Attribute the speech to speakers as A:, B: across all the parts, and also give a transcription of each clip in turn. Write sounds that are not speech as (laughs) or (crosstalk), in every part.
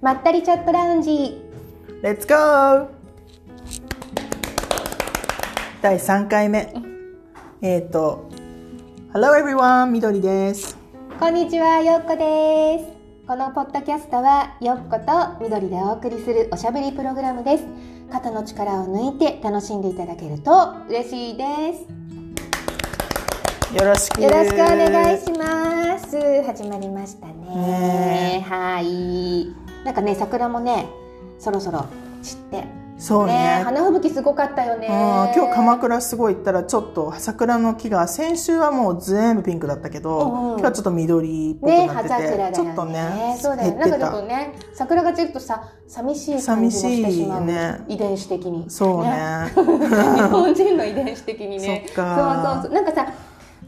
A: まったりチャットラウンジ
B: レッツゴー第3回目。えっ、ー、と、Hello everyone! みどりです。
A: こんにちはよっこですこのポッドキャストはよっことみどりでお送りするおしゃべりプログラムです肩の力を抜いて楽しんでいただけると嬉しいです
B: よろしく。
A: よろしくお願いします。始まりましたね。
B: ね
A: はい。なんかね、桜もね、そろそろ散って。
B: す。そうね。
A: ね、花吹雪すごかったよね。
B: あー今日鎌倉すごい行ったらちょっと桜の木が先週はもう全部ピンクだったけど、
A: うんうん
B: 今日はちょっと緑っぽく
A: ね、
B: なっ
A: 葉
B: て
A: 桜
B: て、
A: だよね。
B: ちょっとね
A: そうだよね。なん
B: 減っ
A: か
B: て
A: ちょっと
B: た
A: ね、桜が散るとさ、寂しい感じもしてしまう。
B: 寂しいね
A: 遺伝子的に。
B: そうね (laughs)
A: 日本人の遺伝子的にね。
B: そっか
A: そうそうそう。なんかさ、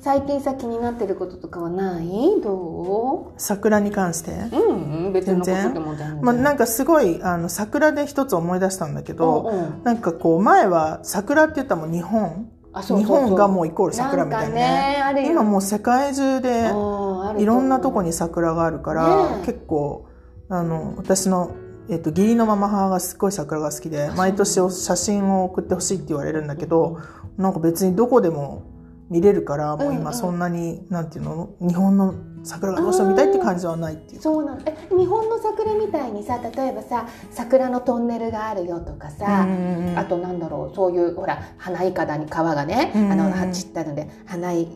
A: 最近さ気になってることとかはない？ど
B: 桜に関して、
A: (laughs) う？うん、うん、別のこと
B: 全然
A: でも全然。
B: まあ、なんかすごいあの桜で一つ思い出したんだけど、
A: うんうん
B: なんかこう前は桜って言ったらもう日本
A: あそうそうそう
B: 日本がもうイコール桜みた
A: な
B: いなね
A: んかねあるよ
B: 今もう世界中
A: あー
B: で
A: あると思う
B: いろんなとこに桜があるから、
A: ねえ
B: 結構あの私の、えっと義理のママ母がすっごい桜が好きで毎年お写真を送ってほしいって言われるんだけど、なんか別にどこでも見れるからもう
A: うんうん
B: 今そんなに、なんていうの日本の桜がどうしても見たいって感じはないっていう。
A: そうなのえ日本の桜みたいにさ例えばさ桜のトンネルがあるよとかさ、
B: うんうん
A: あとなんだろうそういうほら花いかだに川がね、
B: うん
A: あのは散ったので花い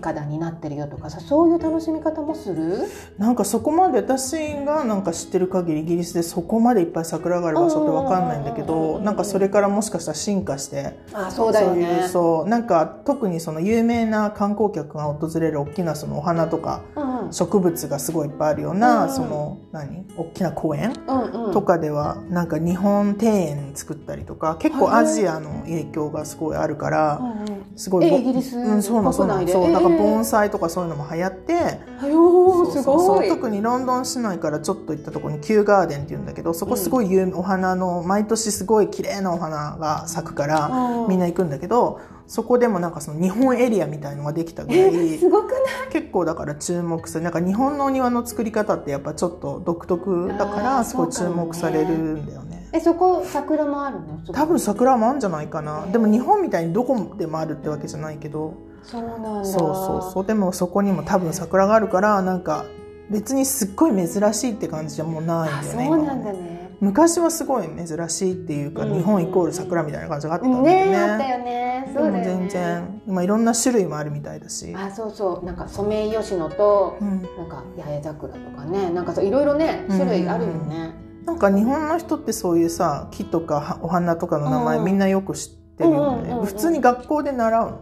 A: かだになってるよとかさそういう楽しみ方もする
B: なんかそこまで私がなんか知ってる限りイギリスでそこまでいっぱい桜がある場所ってわかんないんだけ
A: うんうんうんう
B: ど
A: ん
B: なんかそれからもしかしたら進化して
A: あそうだよ
B: そうい
A: ね
B: うそうなんか特にその有名な観光客が訪れる大きなそのお花とか
A: うんうん
B: 植物がすごいいっぱいあるよう
A: う
B: なんその何大きな公園
A: うんうん
B: とかではなんか日本庭園作ったりとか結構
A: はい
B: アジアの影響がすごいあるか
A: う
B: ら
A: んうん
B: すごいぼ
A: えイギリス
B: うんそうなのそうな
A: 国内
B: の
A: で
B: そうだか
A: え
B: ら
A: え
B: 盆栽とかそういうのも流行って。
A: はよー
B: そう
A: す
B: そうそう
A: ごい
B: 特にロンドン市内からちょっと行ったところにキューガーデンっていうんだけどそこすごい有名、お花の毎年すごい綺麗なお花が咲くから、
A: うん
B: みんな行くんだけどそこでもなんかその日本エリアみたいのができたぐらい
A: えすごくない
B: (laughs) 結構だから注目されなんか日本のお庭の作り方ってやっぱちょっと独特だか
A: あー
B: らすごい
A: そうか
B: 注
A: もね
B: 目されるんだよね。
A: えそこ桜もあるのすごい
B: 多分桜もあるんじゃないかなでも日本みたいにどこでもあるってわけじゃないけど
A: そうなんだ
B: そうそうそうでもそこにも多分桜があるからなんか別にすっごい珍しいって感じじゃもうない
A: あ
B: んだよ
A: そ
B: ね
A: う
B: 今
A: な
B: は
A: んだ
B: ね
A: ね
B: 昔はすごい珍しいっていうか、
A: うん
B: 日本イコール桜みたいな感じがあったんだけど
A: ねあった
B: ね
A: よね
B: で
A: そう
B: も
A: だよね
B: 全然今いろんな種類もあるみたいだし、
A: あそうそうなんかソメイヨシノと、
B: うん、
A: なんか八重桜とかねなんかそういろいろね種類あるよね、
B: なんか日本の人ってそういうさ木とかはお花とかの名前
A: うん
B: みんなよく知ってるよ
A: うんうんうんうん
B: ね普通に学校で習うの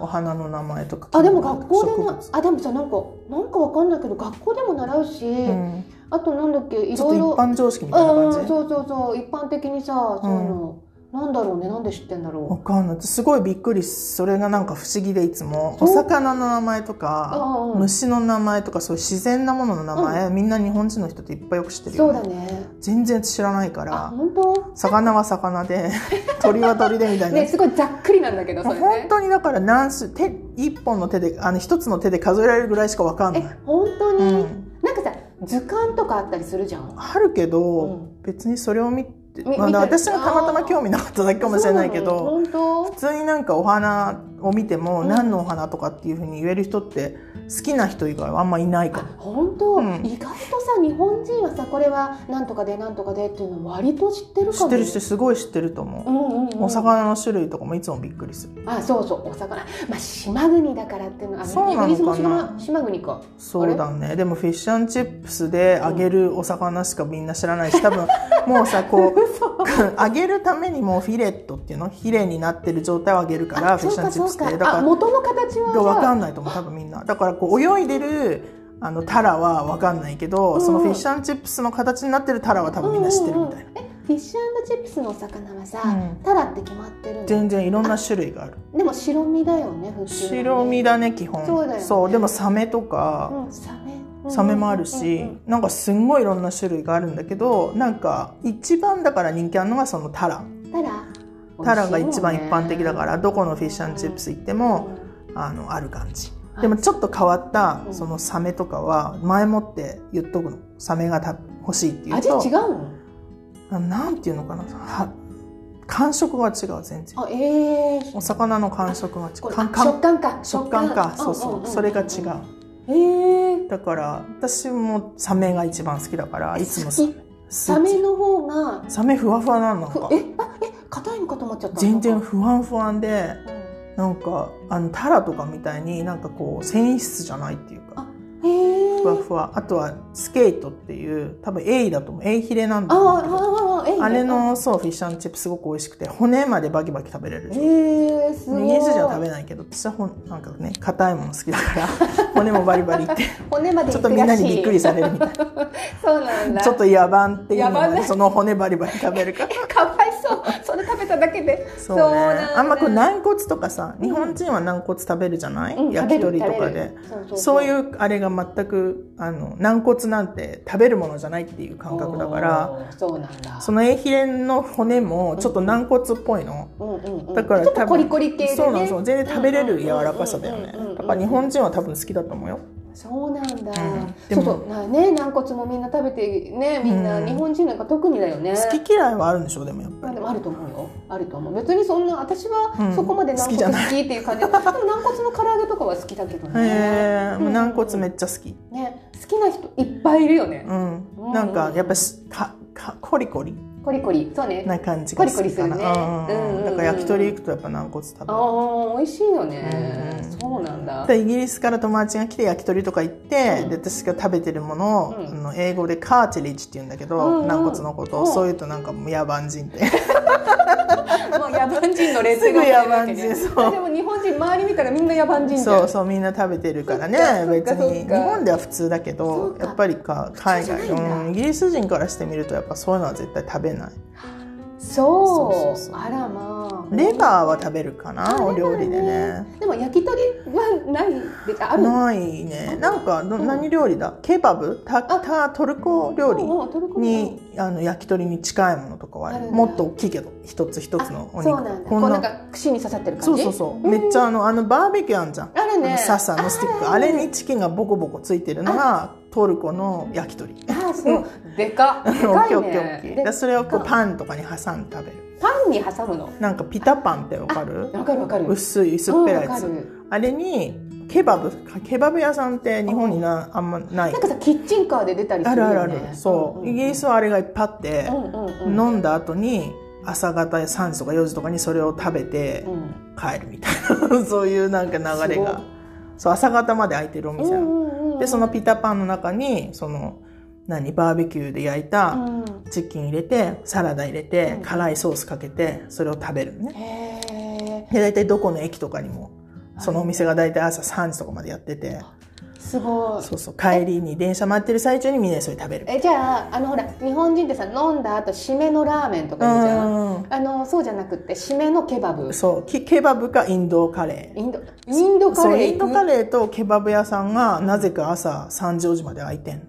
B: お花の名前とか
A: あでも学校で
B: も
A: もあでもさなんかなんかわかんないけど学校でも習うし、
B: うん、
A: あとなんだっけい
B: ち
A: ろ
B: ょっと
A: い
B: 一
A: ろ
B: 般常識みたいな感じ、
A: うんそうそうそう一般的にさそういうの、なんだろうねなんで知ってんだ
B: わ
A: ろ
B: かんないすごいびっくりそれがなんか不思議でいつも
A: そ
B: お
A: う
B: 魚の名前と
A: うん
B: か
A: うん
B: 虫の名前とかそういう自然なものの名前、みんな日本人の人っていっぱいよく知って
A: う
B: る
A: そ
B: よ、
A: う
B: ね
A: だね
B: 全然知らないか
A: あ
B: ら
A: 本当
B: 魚は
A: (laughs)
B: 魚で鳥は鳥でみたいな、
A: ねすごいざっくりなんだけどそ
B: も
A: れ
B: う
A: ね
B: 本当にだから何種手一本の手であの一つの手で数えられるぐらいしかわかんな
A: え
B: い、
A: 本当に、
B: うん
A: なんかさ図鑑とかあったりするじゃん
B: あるけど、
A: うん
B: 別にそれを見て、
A: み
B: まあ
A: 見てる
B: 私がたまたま興味なかっただけかもしれないけど、
A: そうなの
B: 普通になんかお花を見ても
A: うん
B: 何のお花とかっていうふうに言える人って好きな人以外はあんまいないかも。
A: 本当本当、
B: うん
A: 意外とさ日本人はさこれはなんとかでなんとかでっていうの割と知ってるかも
B: 知ってる人すごい知ってると思
A: う
B: う。
A: んうんうん、
B: お魚の種類とかもいつもびっくりする。
A: あそうそうお魚まあ島国だからっていうのは
B: そうなのかな
A: イギリスも島島国か
B: そうだね。でもフィッシュンチップスで揚げるお魚しかみんな知らないし、多分もうさ
A: (laughs)
B: こう (laughs) 揚げるためにもうフィレットっていうのヒレになってる状態を揚げるから
A: あ
B: フィッ
A: そう
B: シュ
A: か
B: ンチッ
A: そ
B: プ
A: う
B: スって
A: か
B: だから
A: あ元の形は
B: でも分か
A: さ
B: んないと思う多分みんなだからこう泳いでるあのタラは分かんないけど、そのフィッシュチップスの形になってるタラは多分みんな知ってるみたい
A: う
B: な、
A: んうんうんえフィッシュチップスのお魚はさ、
B: うん
A: タラって決まってるの
B: 全然いろんな種類がある
A: でも白身だよね普通はね
B: 白身だね基本
A: そうだよね
B: でもサメと
A: う
B: か、
A: んサメうん
B: サメもあるし、
A: うんうん
B: なんかすんごいいろんな種類があるんだけどなんか一番だから人気あるのがそのタラ
A: タラ
B: タラが一番一般的だかららどこのフィッシュチップス行って
A: う
B: も、
A: ん
B: あのある感じでもちょっと変わった
A: うん
B: そのサメとかは前もって言っとくのサメがた欲しいっていう
A: 味
B: と
A: 違うの
B: あなんていうのかなは感触が違う全然
A: あええ
B: お魚の感触が違
A: こ
B: う
A: れ
B: 感
A: 食感
B: 感
A: か
B: 食感かそう
A: うんんん
B: そ
A: ん
B: うそれが違う
A: ええ
B: だから私もサメが一番好きだからいつも
A: 好きサメの方が
B: サメふわふわなのなん
A: ふ
B: か
A: えあえ硬いのかと思っちゃった
B: 全然
A: うん
B: 不安不安でなんかあのタラとかみたいになんかこう繊維質じゃないっていうか
A: ええ
B: ふわふわあとはスケートっていう多分エイだと思うエイヒレなんだ
A: あ
B: と
A: あ
B: 思うけど
A: ああええ
B: あれのそうフィッシュチップすごく美味しくて骨までバキバキ食べれるでしょ
A: ええすごい
B: 握り寿司は食べないけど私はほんなんかね硬いもの好きだ
A: (laughs)
B: から骨もバリバリいって
A: 骨まで
B: ち
A: 行
B: ょっと
A: く
B: み
A: ら
B: んな
A: しい
B: にびっくりされ
A: (laughs)
B: るみたい
A: そうなんだ
B: なちょっと野蛮っていうのは
A: 野蛮 (laughs)
B: ね
A: だ
B: その骨バリバリ食べるから
A: かわいそうそれ食べただけで
B: (laughs) そう
A: そう
B: ね
A: なんだ
B: あんまこう軟骨とかさ
A: ん
B: 日本人は軟骨食べるじゃない、
A: うん
B: 焼き鳥と
A: 食べ
B: か
A: る
B: で
A: 食べるそう
B: そういううあれが全くあの軟骨なんて食べるものじゃないっていう感覚だから
A: おーそうなんだ
B: そのエイヒレの骨もちょっと軟骨っぽいの、
A: うんうんうん
B: だから
A: ちょっと
B: 多分
A: コリコリ系でね
B: そうなんそう全然食べれる柔らかさだよね
A: うんうんうんうんうんうんうん
B: だから日本人は多分好きだと思うよ
A: そうなんだ、
B: うん
A: ち
B: で
A: ょ
B: も
A: っとなね軟骨もみんな食べてねみんな、
B: うん
A: 日本人なんか特にだよね
B: 好き嫌いはあるんでしょでもやっぱ
A: まあ
B: り
A: でもあると思うよあると思う別にそんな私
B: う
A: は
B: ん
A: そこまで軟
B: 好きじゃ
A: 骨
B: な
A: 好きっていう感じ、でも軟骨の唐揚げとかは好きだけどね,、
B: へえ
A: うん
B: 軟骨めっちゃ好き
A: ね好きな人いっぱいいるよね、
B: う
A: うん
B: んなんかやっぱしかかコリコリ
A: コリコリそうね
B: な感じが好きか
A: コリコ
B: な、
A: リするね
B: うん
A: うんうんうん
B: だから焼き鳥行くとやっぱ軟骨食べる
A: ああ美味しいよね、
B: うん
A: そうなんだ
B: でイギリスから友達が来て焼き鳥とか行って、
A: うん
B: で私が食べてるものを、
A: うん
B: あの英語でカーテリッジって言うんだけど、
A: うんうん
B: 軟骨のことを、
A: うん
B: そういうとなんかもう野蛮人って
A: もう野蛮人のレッ
B: すぐ野蛮人そう
A: でも日本人周り見たらみんな野蛮人じゃん
B: そうそうみんな食べてるからね
A: そっかそっか
B: 別に
A: そっ
B: 日
A: か
B: 本では普通だけ
A: そ
B: ど
A: うか
B: やっぱりか海
A: 普
B: 外
A: 通じゃないんだ
B: うんイギリス人からしてみるとやっぱそういうのは絶対食べない
A: そう
B: そうそうそう
A: あらまあ
B: レバーは食べるかな
A: あ
B: お料理で
A: レバ
B: ね
A: でも焼き鳥はないである
B: ないねなんかど、
A: うん
B: 何料理だケバブタ
A: あ
B: タトルコ料理
A: もうトルコ
B: にあの焼き鳥に近いものとかはあ
A: あるん
B: る
A: だ
B: もっと大きいけど一つ一つのお
A: あ
B: 肉
A: そうなんだこ
B: こ
A: うんなん
B: な
A: か串に刺さってる
B: そ
A: 感
B: う
A: じ
B: そうそう、
A: うん
B: めっちゃあのあのバーベキューあんじゃん、
A: ある
B: あ
A: ね
B: のサッサのスティックあれにチキンがボコボコついてるのがトルコの焼き鳥
A: あそうでかで
B: 大
A: か
B: きい
A: い
B: 大きい大きい
A: ね
B: で
A: で
B: それをこうパンとかに挟んで食べる
A: パンに挟むの
B: なんかピタパンってわかる
A: わかるわかる
B: 薄い薄っぺらい
A: う
B: や
A: ん
B: つ
A: わかる
B: あれにケバブかケバブ屋さんって日本になあんまない
A: なんかさキッチンカーで出たりす
B: あ
A: る
B: る
A: よ
B: あ
A: ね
B: るあるそう、イギリスはあれがいっぱいあって、
A: うんうんうん
B: 飲んだ後に朝方3時とか4時とかにそれを食べて
A: うん
B: 帰るみたいな (laughs) そういうなんか流れ
A: す
B: がそう朝方まで空いてるお店なの、でそのピタパンの中にその何バーベキューで焼いた
A: うん
B: チキン入れてサラダ入れ
A: う
B: て
A: ん
B: 辛いソースかけてそれを食べるのね
A: へえ
B: で大体どこの駅とかにもそのお店が大体朝3時とかまでやってて
A: すごい
B: そうそう帰りに電車待ってる最中にみんなでそれ食べる
A: えじゃああのほら日本人ってさ飲んだ後締めのラーメンとか言うじゃん
B: う
A: あのそうじゃなくって締めのケバブ
B: んそうケケバブかインドカレー
A: インドインドカ
B: そう
A: レー
B: インドカレーとケバブ屋さんがなぜか朝3時4時まで開いてんの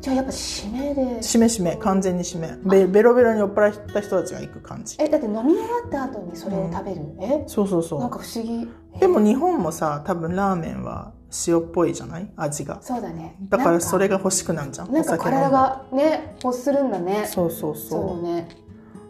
A: じゃあやっぱ締めで
B: しめしめ完全にしめベベロベロに酔っ払った人たちが行く感じ
A: えだって飲み終わった後にそれを食べる、え
B: そうそう
A: なん
B: そ
A: か不思議
B: うでも日本もさ多分ラーメンは塩っぽいじゃない味が
A: そうだね
B: だからそ
A: れ
B: れが欲しくなんじゃん
A: なんか
B: お酒飲
A: 体
B: んだ
A: がね欲するんだね
B: そうそう
A: そう
B: そ
A: ね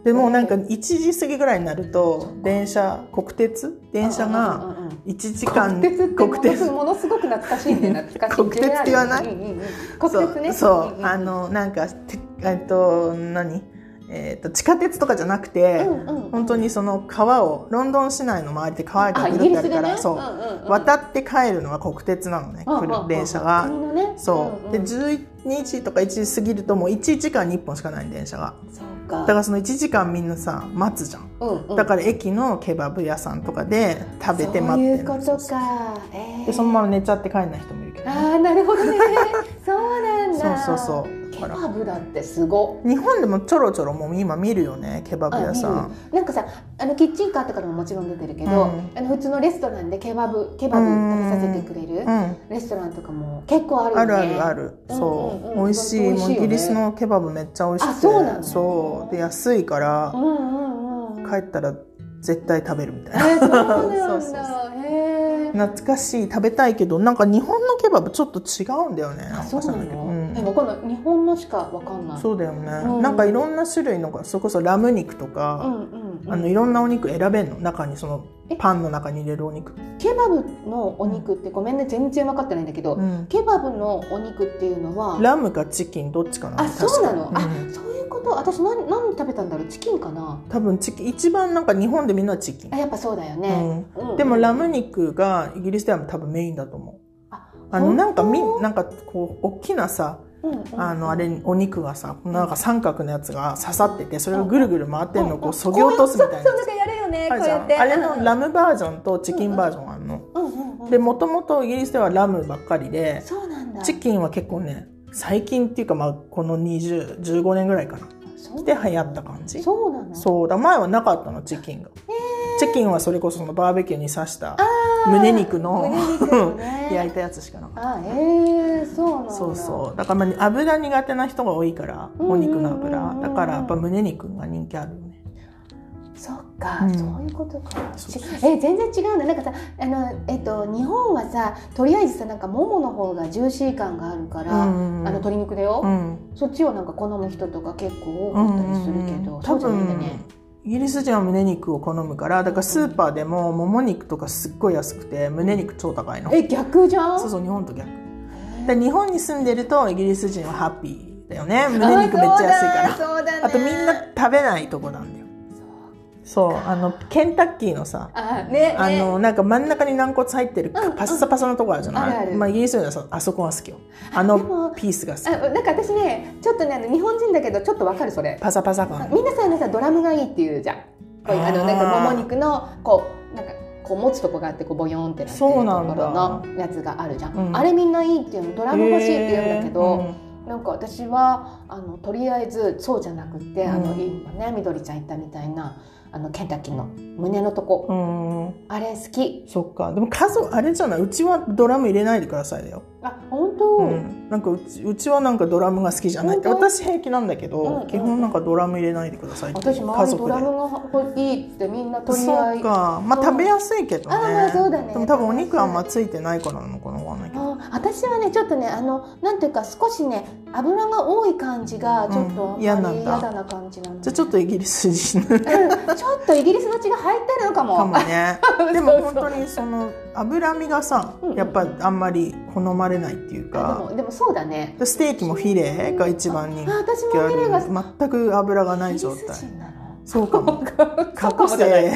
B: うでもうなんか1時過ぎぐらいになると電車国鉄電車
A: うん
B: が
A: うんうんうん
B: 1時間
A: 国鉄ってもの
B: 国
A: す
B: 鉄
A: ごものすごく懐かしいんで懐かしい
B: 国鉄って言わない
A: うんうんうん国鉄ね
B: そうそう、
A: んんん
B: あのなんかてえっと何えっと地下鉄とかじゃなくて、
A: うんうんうん
B: 本当にその川をロンドン市内の周りで川が
A: あ
B: ぐ
A: イ
B: る
A: ギ
B: っ
A: リス
B: てあるか
A: で
B: ら、
A: ね
B: そう、
A: んんん
B: 渡って帰るのが国鉄なのね、来る電車が、
A: うんうんうん国のね
B: そう、
A: んん
B: で12時とか1時過ぎるともう1時間に1本しかない電車が
A: そうか
B: だからその1時間みんなさ待つじゃん、
A: うんうん
B: だから駅のケバブ屋さんとかで食べて待ってるの
A: そういうことかえー
B: でそのまま寝ちゃって帰んない人もいるけどね、
A: ああなるほど
B: (laughs)
A: ねそうなんだ
B: そうそうそう
A: ケバブだってすご
B: 日本でもちょろちょろもう今見るよねケバブ屋さ
A: あ見
B: ん
A: るなんかさあのキッチンカーとかでももちろん出てるけど、
B: うん
A: あの普通のレストランでケバブケバブ食べさせてくれる
B: うん
A: レストランとかも結構あるよ
B: あ
A: ね
B: るあるある、そう、
A: うんうんうん
B: 美味しい
A: 本当美味
B: も
A: しい
B: うイ
A: よね
B: ギリスのケバブめっちゃ美味しくて
A: あそうなの
B: そうで安いから
A: うんうんうんうん
B: 帰ったら絶対食べるみたい
A: えーそ
B: な、 (laughs)
A: うなんだ
B: そうそう
A: へね
B: 懐かしい食べたいけどなんか日本のケバブちょっと違うんだよね
A: あそうな
B: なんか知ら
A: の、
B: ないけ
A: え
B: ど
A: わ
B: うん
A: かんない日本のしかわかんない
B: そうだよね、
A: うん
B: なんかいろんな種類のがそれこそラム肉と
A: う
B: か、
A: んうん、うん、
B: あのいろんなお肉選べんの中にその
A: え
B: パンの中に入れるお肉、
A: ケバブのお肉ってごめんね全然分かってないんだけど、
B: うん
A: ケバブのお肉っていうのは
B: ラムかチキンどっちかな
A: あそうなの、
B: 確かうん
A: あそういうこと私何何食べたんだろうチキンかな
B: 多分チキン一番なんか日本でみんなチキン
A: あやっぱそうだよね、うん
B: でもラム肉がイギリスでは多分メインだと思う
A: あ
B: あの
A: 本当
B: なんかみなんかこう大きなさ
A: うんうん
B: あのあれにお肉がさこのなんか三角のやつが刺さっててそれがぐるぐる回ってんのをこうそぎ落とすみたいな
A: そうそうそうなんかやるよね
B: あ
A: こ
B: る
A: う
B: じ
A: や
B: ゃ
A: っ
B: ん
A: て
B: あれのラムバージョンとチキンバージョンがあるの
A: うんうんうん
B: でもともとイギリスではラムばっかりで
A: そうなんだ
B: チキンは結構ね最近っていうかまあこの2015年ぐらいかな
A: そう
B: で流行った感じ
A: そうなの
B: そうだ前はなかったのチキンが、チキンはそれこそそのバーベキューに刺した胸肉の
A: 胸肉のね
B: (laughs) 焼いたやつしかなかっ
A: あええそうなん
B: た
A: だ
B: そうそうだからまあ油苦手な人が多いから
A: うんうん
B: お
A: うんうん
B: 肉の油だからやっぱ胸肉が人気あるよね
A: そっか、
B: うん
A: そういうことか。
B: そうそう
A: え全然違うんだ。なんかさ、あのえっと日本はさ、とりあえずさなんかももの方がジューシー感があるから、
B: うんうんうん
A: あの鶏肉だ
B: う
A: よ、
B: ん
A: そっちをなんか好む人とか結構多かったりするけど、
B: うん
A: そ
B: 多
A: うじゃないんだ
B: 分
A: ね。
B: イギリス人は胸肉を好むからだからスーパーでももも肉とかすっごい安くて胸肉超高いの
A: え逆じゃん。
B: そうそう日本と逆
A: へ
B: で日本に住んでるとイギリス人はハッピーだよね
A: ー
B: 胸肉めっちゃ安いか
A: あ
B: ら
A: そうだそうだね。
B: あとみんな食べないとこなんだよそうあのケンタッキーのさ
A: あねね
B: あのなんか真ん中に軟骨入ってる
A: うん
B: パッサパサのとこあるじゃない、
A: あるある
B: まあ、イギリス人はさあそこが好きよあ
A: で (laughs)
B: の
A: も
B: ピースが好き
A: あなんか私ねちょっとねあの日本人だけどちょっとわかるそれ。
B: パサパサ感
A: みんなさあのさドラムがいいっていうじゃん。こういうあの
B: あー
A: なんかもも肉のこうなんかこう持つとこがあってこうボヨンってなってると
B: そ
A: こ
B: う
A: ろ
B: なんだ
A: のやつがあるじゃん。
B: うん
A: あれみんないいっていうのドラム欲しいって言うんだけど、
B: へ
A: なんか私はあのとりあえずそうじゃなくって、あの
B: うん
A: 今ねみどりちゃん言ったみたいなあのケンタッキーの胸のとこ、
B: ーうんうん
A: あれ好き。
B: そっかでも家族あれじゃないうちはドラム入れないでくださいだよ、
A: あ本当。
B: う
A: うん
B: ん、なんかうちうちはなんかドラムが好きじゃないって
A: 本当
B: 私平気なんだけど、
A: うんうん
B: 基本なんかドラム入れないでくださいって
A: 私
B: 家
A: 周りド
B: 族で
A: ラムが欲しいってみんなとりあえ
B: そう
A: ず
B: かまあ食べやすいけどね
A: あーまあそうだね
B: でも多分お肉あんまついてないからなのかなわかんないけど
A: あ私はねちょっとねあのなんていうか少しね油が多い感じがちょっ
B: うん
A: と
B: 嫌
A: あん
B: な
A: ま
B: ん
A: り
B: だ
A: 嫌だな感じなの
B: じゃあちょっとイギリス人
A: う
B: (laughs)
A: んちょっとイギリスの血が入ってるのかも
B: かもね
A: そう
B: (laughs) でも本当にその脂身がさ
A: うんうん
B: やっぱあんまり好まれないって
A: あ
B: いう
A: で
B: か
A: もでもそうだね
B: でステーキもフィレが一番人
A: あ私
B: 気あ
A: もミレがイ
B: る全く脂がな
A: ギ
B: い
A: リ
B: 状
A: ス
B: 態
A: 人なの
B: そうかも過
A: 過
B: 去生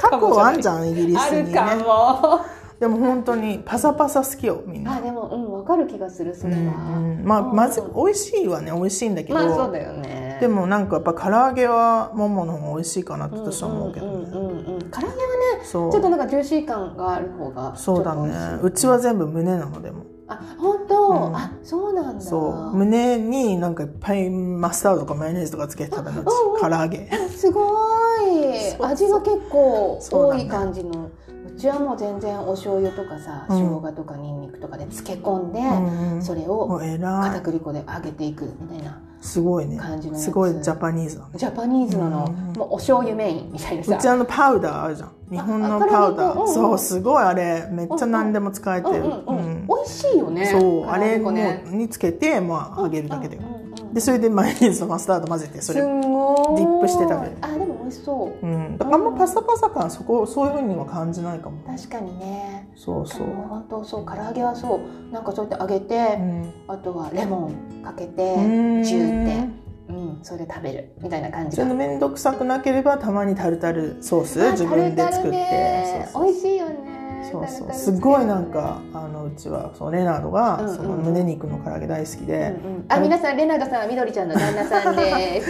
B: 過去あんじ
A: ん
B: ゃんイギリス
A: ある
B: に
A: か
B: ね
A: も
B: でも本当にパサパサ好きよみんな
A: あでもうんわかる気がするそれは
B: うんうんまあ
A: うん
B: まず美味しいはね美味しいんだけど
A: まあそうだよね
B: でもなんかやっぱ唐揚げはももの方が美味しいかなって私は思うけど
A: うんう
B: ね
A: んうんうん唐揚げはね
B: そ
A: ちょっと
B: う
A: なんかジューシー感がある方が
B: そうだ
A: ちょっと美味しい
B: ねうちは全部胸なのでも
A: あ本当、
B: うん
A: あそうなんだ
B: そう胸になんかいっぱいマスタードとかマヨネーズとかつけて食べるのうち
A: うんうん
B: 唐揚げ
A: すごい
B: そうそう
A: 味が結構
B: そ
A: 多
B: うだね
A: い感じのう,、ちはもう全然お醤油とかさ、
B: うん
A: 生姜とかにんにくとかで漬け込んで、
B: うんうん
A: それ
B: も
A: を
B: う偉
A: 片
B: い
A: 栗粉で揚げていくみたいな
B: すごいね
A: 感じのやつ
B: すごいジャパニーズだね
A: ジャパニーズなの、
B: うん
A: もうお醤油メインみたいな
B: うち
A: さ
B: あのパウダーあるじゃん日本のパウダ
A: ああ
B: ー
A: 唐揚げ粉うんうん
B: そうすごいあれめっちゃ何でも使え
A: うん
B: て
A: う
B: る
A: んう
B: うん
A: ん、美味しいよね
B: そう
A: 唐
B: あ
A: 揚
B: れ
A: げ粉
B: も
A: ね
B: につけてまあ揚げるだけだよ
A: うんうんうん
B: でそれでマヨネーズとマスタード混ぜてそ
A: す
B: れ
A: んごい
B: ディップして食べる
A: あでも美味しそう
B: うん、だからあんまパサパサ感そこそういう風には感じないかも
A: 確かにね
B: そうそ
A: そう
B: う、
A: 本当そう唐揚げはそうなんかそうやって揚げて、
B: うん、
A: あとはレモンかけて
B: うん
A: ジューって、うん、それで食べるみたいな感じ
B: そ
A: が
B: れの面倒くさくなければたまにタルタルソース自分で作って
A: 美味しいよね
B: そうそうそうすごいなん、かあのうちはそうレナードが、
A: うんうん
B: その胸肉の唐揚げ大好き
A: タルタル
B: で
A: ね、うんうん、あ皆さんレナードさんはみどりちゃんの旦那さん
B: (laughs)
A: で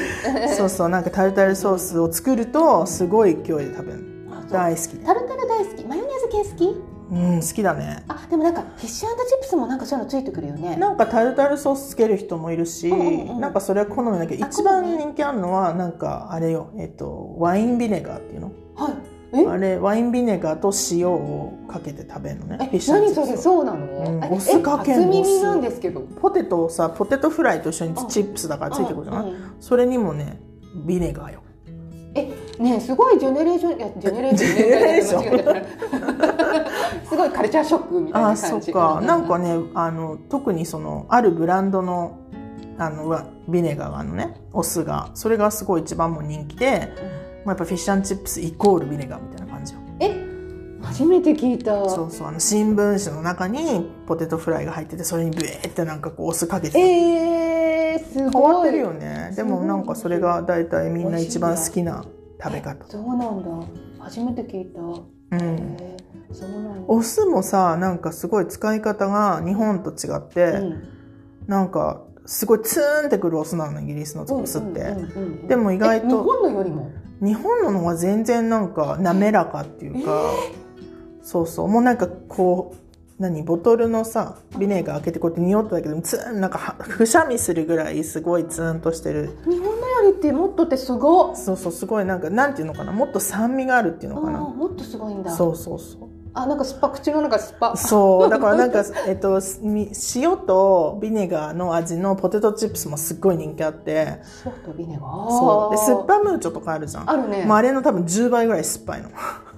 A: す
B: そうそうなんかタルタルソースを作るとすごい勢いで食べる
A: あそう
B: 大好き
A: タルタル大好きマヨネーズ系好き
B: うん好きだね
A: あでもなんかフィッシュチップスもなんかそういうのついてくるよね
B: なんかタルタルソースつける人もいるし、
A: うんうんうん
B: なんかそれは好みだけど
A: あ
B: 一番
A: 好みね
B: 人気あるのはなんかあれよ、えっと、ワインビネガーっていうの
A: はい
B: あれワインビネガーと塩をかけて食べるのね
A: え
B: フィッ
A: 何
B: シュチップスを
A: それそうな
B: うん
A: の、え
B: お酢かけん
A: え初
B: のお
A: 耳
B: 酢
A: なんですけど
B: ポテトをさポテトフライと一緒に
A: うん
B: チップスだからついてくるじゃない、
A: うんうん
B: それにもねビネガーよ (laughs)
A: えねえすごいジェネレーションいやジェネレーション
B: ジェネレーション
A: 間違えた (laughs) すごいカルチャーショックみたい
B: あ
A: な
B: ーそ
A: 感
B: っ
A: じ
B: かなんか
A: ね、
B: ねあの特にそのあるブランドのあのわビネガーのねお酢がそれがすごい一番もう人気で
A: うん
B: まあやっぱフィッシュチップスイコールビネガーみたいな感じよ
A: え初めて聞いた
B: そうそうあの新聞紙の中にポテトフライが入っててそれにブエーってなんかこうお酢かけてた
A: えー、すごい
B: 変わってるよねでも
A: すごい
B: なんかそれが大体みんな一番好きな食べ方
A: そうなんだ初めて聞いた、
B: うん
A: へーそうなんだ
B: お酢もさなんかすごい使い方が日本と違っ
A: う
B: て、
A: ん
B: なんかすごいツーンってくるお酢なのイギリスのお酢って、
A: うんうんうんうん
B: でも意外と
A: え日本のよりも
B: 日本ののは全然なんか滑らかっていうか、そうそうもうなんかこう何ボトルのさビネガー開けてこうやって匂っただけでもツーンなんかはくしゃみするぐらいすごいツーンとしてる
A: 日本のよりってもっとってすごっ
B: そうそうすごいなんかなんていうのかなもっと酸味があるっていう
A: あ
B: の
A: ー
B: かな
A: もっとすごいんだ
B: そうそうそう
A: あなんか酸っぱ口の中酸っぱ
B: そうだからなん (laughs) かえっとみ塩とビネガーの味のポテトチップスもすっごい人気あって
A: ソフトビネガー
B: そうで酸っぱムーチョとかあるじゃん
A: あるね、
B: もうあれの多分10倍ぐらい酸っぱいの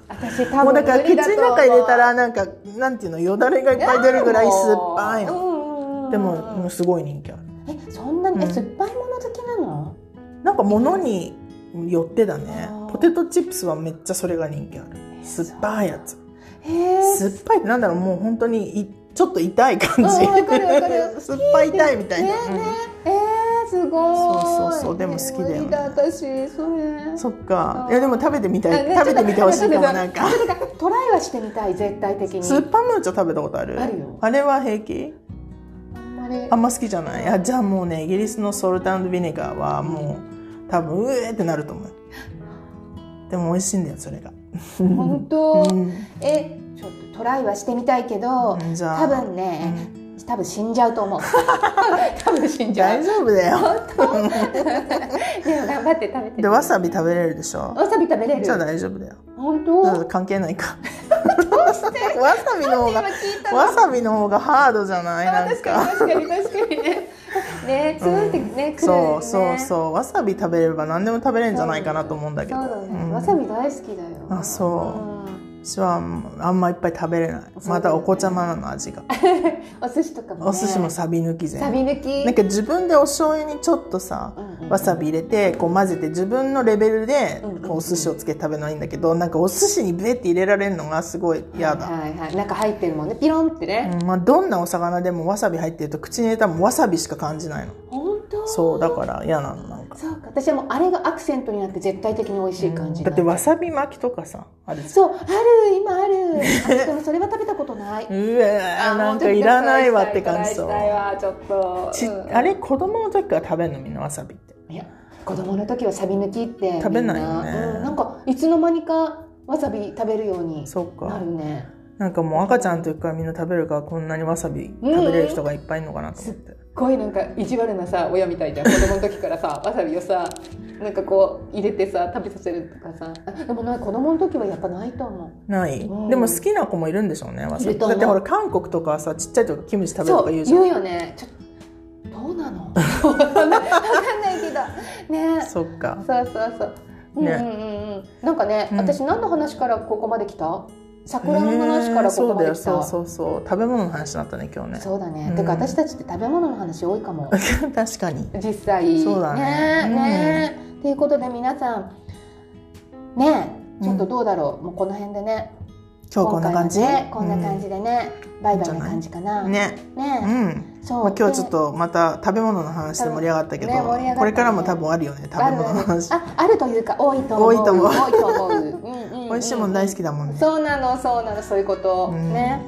A: 私多分
B: もうだから口の中入れたら
A: いっ
B: なんかなんていうのよだれがいっぱい出るぐらい酸っぱいの
A: の
B: でももうすごい人気ある
A: えそんなに、
B: う
A: え
B: ん
A: 酸っぱいもの好きなの
B: なんか物によってだね
A: あー
B: ポテトチップスはめっちゃそれが人気ある酸っぱいやつ
A: へえ
B: 酸っぱいってなんだろうもう本当にいちょっと痛い感じ
A: うんわかるわかる
B: (laughs) 酸っぱい痛いみたい
A: ね
B: な、
A: えねええー、すごい
B: そうそうそうでも好きだよね
A: 無理私それ
B: うんそっか
A: うん
B: いやでも食べてみた
A: あね
B: い食べてみてほしいかもなんか
A: ちょっと待ってトライはしてみたい絶対的に
B: 酸っぱムーチョ食べたことある
A: あるよ
B: あれは平気
A: あんまり
B: あんま好きじゃないいやじゃあもうねイギリスのソルトビネガーはもう多分うえーってなると思うでも美味しいんだよそれが
A: 本当、
B: うん
A: えちょっとトライはしてみたいけど、
B: うんじゃあ
A: 多分ね、多分死んじゃうと思
B: (laughs)
A: う多分死んじゃ
B: 大
A: う
B: 丈夫だよ
A: でも頑張って食べて
B: でわさび食べれるでしょ
A: わさび食べれる
B: じゃあ大丈夫だよ
A: 本当
B: うん関係ないかわさびの方
A: 今
B: が
A: 聞いたの
B: わさびの方がハードじゃない
A: あ
B: なん
A: 確
B: か
A: かに確かに確かにねねツーンってね、くるよね
B: そうそうそうわさび食べれば何でも食べれるんじゃないかなと思うんだけど
A: そうだね、
B: うん
A: わさび大好きだよ
B: あそ
A: ん
B: 私はあんまいっぱい食べれない
A: そうだよね
B: またお子ちゃまなの味が
A: お寿司とかも、ね、
B: お寿司もサビ抜きぜ
A: サビ抜き
B: なんか自分でお醤油にちょっとさ
A: うんうん
B: わさび入れてこう混ぜて自分のレベルで
A: うんうんうん
B: こうお寿司をつけて食べるのはいいんだけどなんかお寿司にベって入れられるのがすごい嫌だ、
A: はいはいはいなんか入ってるもんねピロンってね、
B: うんまあ、どんなお魚でもわさび入ってると口に入れたらもうわさびしか感じないの
A: 本当
B: そうだから嫌なのなんか
A: そうか私はもうあれがアクセントになって絶対的に美味しい感じ
B: だってわさび巻きとかさあるじ
A: そうある今あるあでもそれは食べたことない
B: ゃんうえ
A: あ
B: ーなんかいらないわって感じ
A: そ
B: そうう
A: ちょっと
B: ち
A: うん
B: あれ子供の時から食べるのみんなわさびって
A: いや子供の時はサビ抜きって
B: 食べないよね
A: みんなうんなんかいつの間にかわさび食べるように
B: そうか
A: なるね
B: なんかもう赤ちゃんの時からみんな食べるからこんなにわさび食べれる人がいっぱいいるのかなと思って、
A: すっごいなんか意地悪なさ親みたいじゃん子供の時からさ (laughs) わさびをさなんかこう入れてさ食べさせるとかさあでもない子供の時はやっぱないと思う
B: ない、
A: うん
B: でも好きな子もいるんでしょうねわさ
A: い
B: び
A: ると思
B: だ
A: う
B: ってほら韓国とかはさちっちゃい時からキムチ食べると
A: そ
B: か
A: う言
B: 言うじゃん
A: うよねちょっとどうな
B: (laughs)
A: のわかんないけどね
B: そっか
A: そうそうそううんうん
B: ね
A: うんうんなんかね、
B: うん
A: 私何の話からここまで来た桜の話からここまで
B: えー
A: 来た、
B: そうだよそうそうそう食べ物の話だったね今日ね
A: そうだね、
B: うん
A: てか私たちって食べ物の話多いかも
B: (laughs) 確かに
A: 実際
B: そうだね
A: ねえということで皆さんねえちょっとどうだろう、もうこの辺でね
B: 今日こんな感じ、
A: 今回はねこんな感じでね、バイバイな感じか
B: う
A: なんね
B: ねう
A: え
B: ん、
A: そう、
B: まあ、今日ちょっとまた食べ物の話で盛り上がったけど、
A: ね盛り上がったね
B: これからも多分あるよね食べ
A: ある
B: 物の話、
A: ああるというか多いと思う
B: 多いと思う
A: 多いと思ううんうんうん
B: (laughs) 美味しいもん大好きだもんね
A: そうなのそうなのそういうこと、
B: うん
A: ね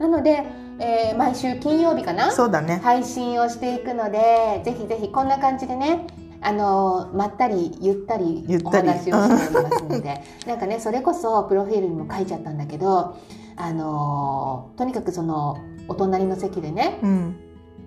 A: なので、えー毎週金曜日かな
B: そうだね
A: 配信をしていくのでぜひぜひこんな感じでねあのーまったりゆったり
B: ゆっ
A: お
B: たり
A: 話をしておりますの
B: (laughs)
A: でなんかねそれこそプロフィールにも書いちゃったんだけどあのーとにかくそのお隣の席でね
B: うん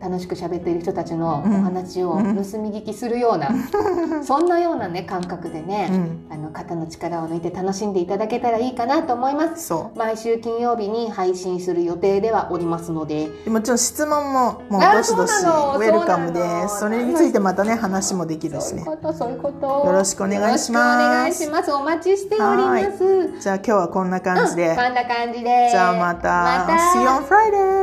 A: 楽しく喋っている人たちのお
B: うん
A: 話を盗
B: うん
A: み聞きするような、
B: (laughs)
A: そんなようなね感覚で
B: う
A: ね、
B: ん、
A: あの肩の力を抜いて楽しんでいただけたらいいかなと思います
B: そ
A: 毎週金曜日に配信する予定ではおりますので
B: うでもちろん質問ももう
A: あ
B: どしどし
A: そう
B: ウ
A: なの
B: ェルカ
A: そ
B: ム
A: うな
B: で
A: の
B: すそれについてまたね話もできる
A: そ
B: し
A: ういう
B: ね
A: ことそういうこと
B: よろしくお願いします
A: よろくお願いしますお待ちしております
B: じゃあ今日はこんな感じで、
A: うんこんな感じで
B: じゃあまた
A: また
B: See you on Friday!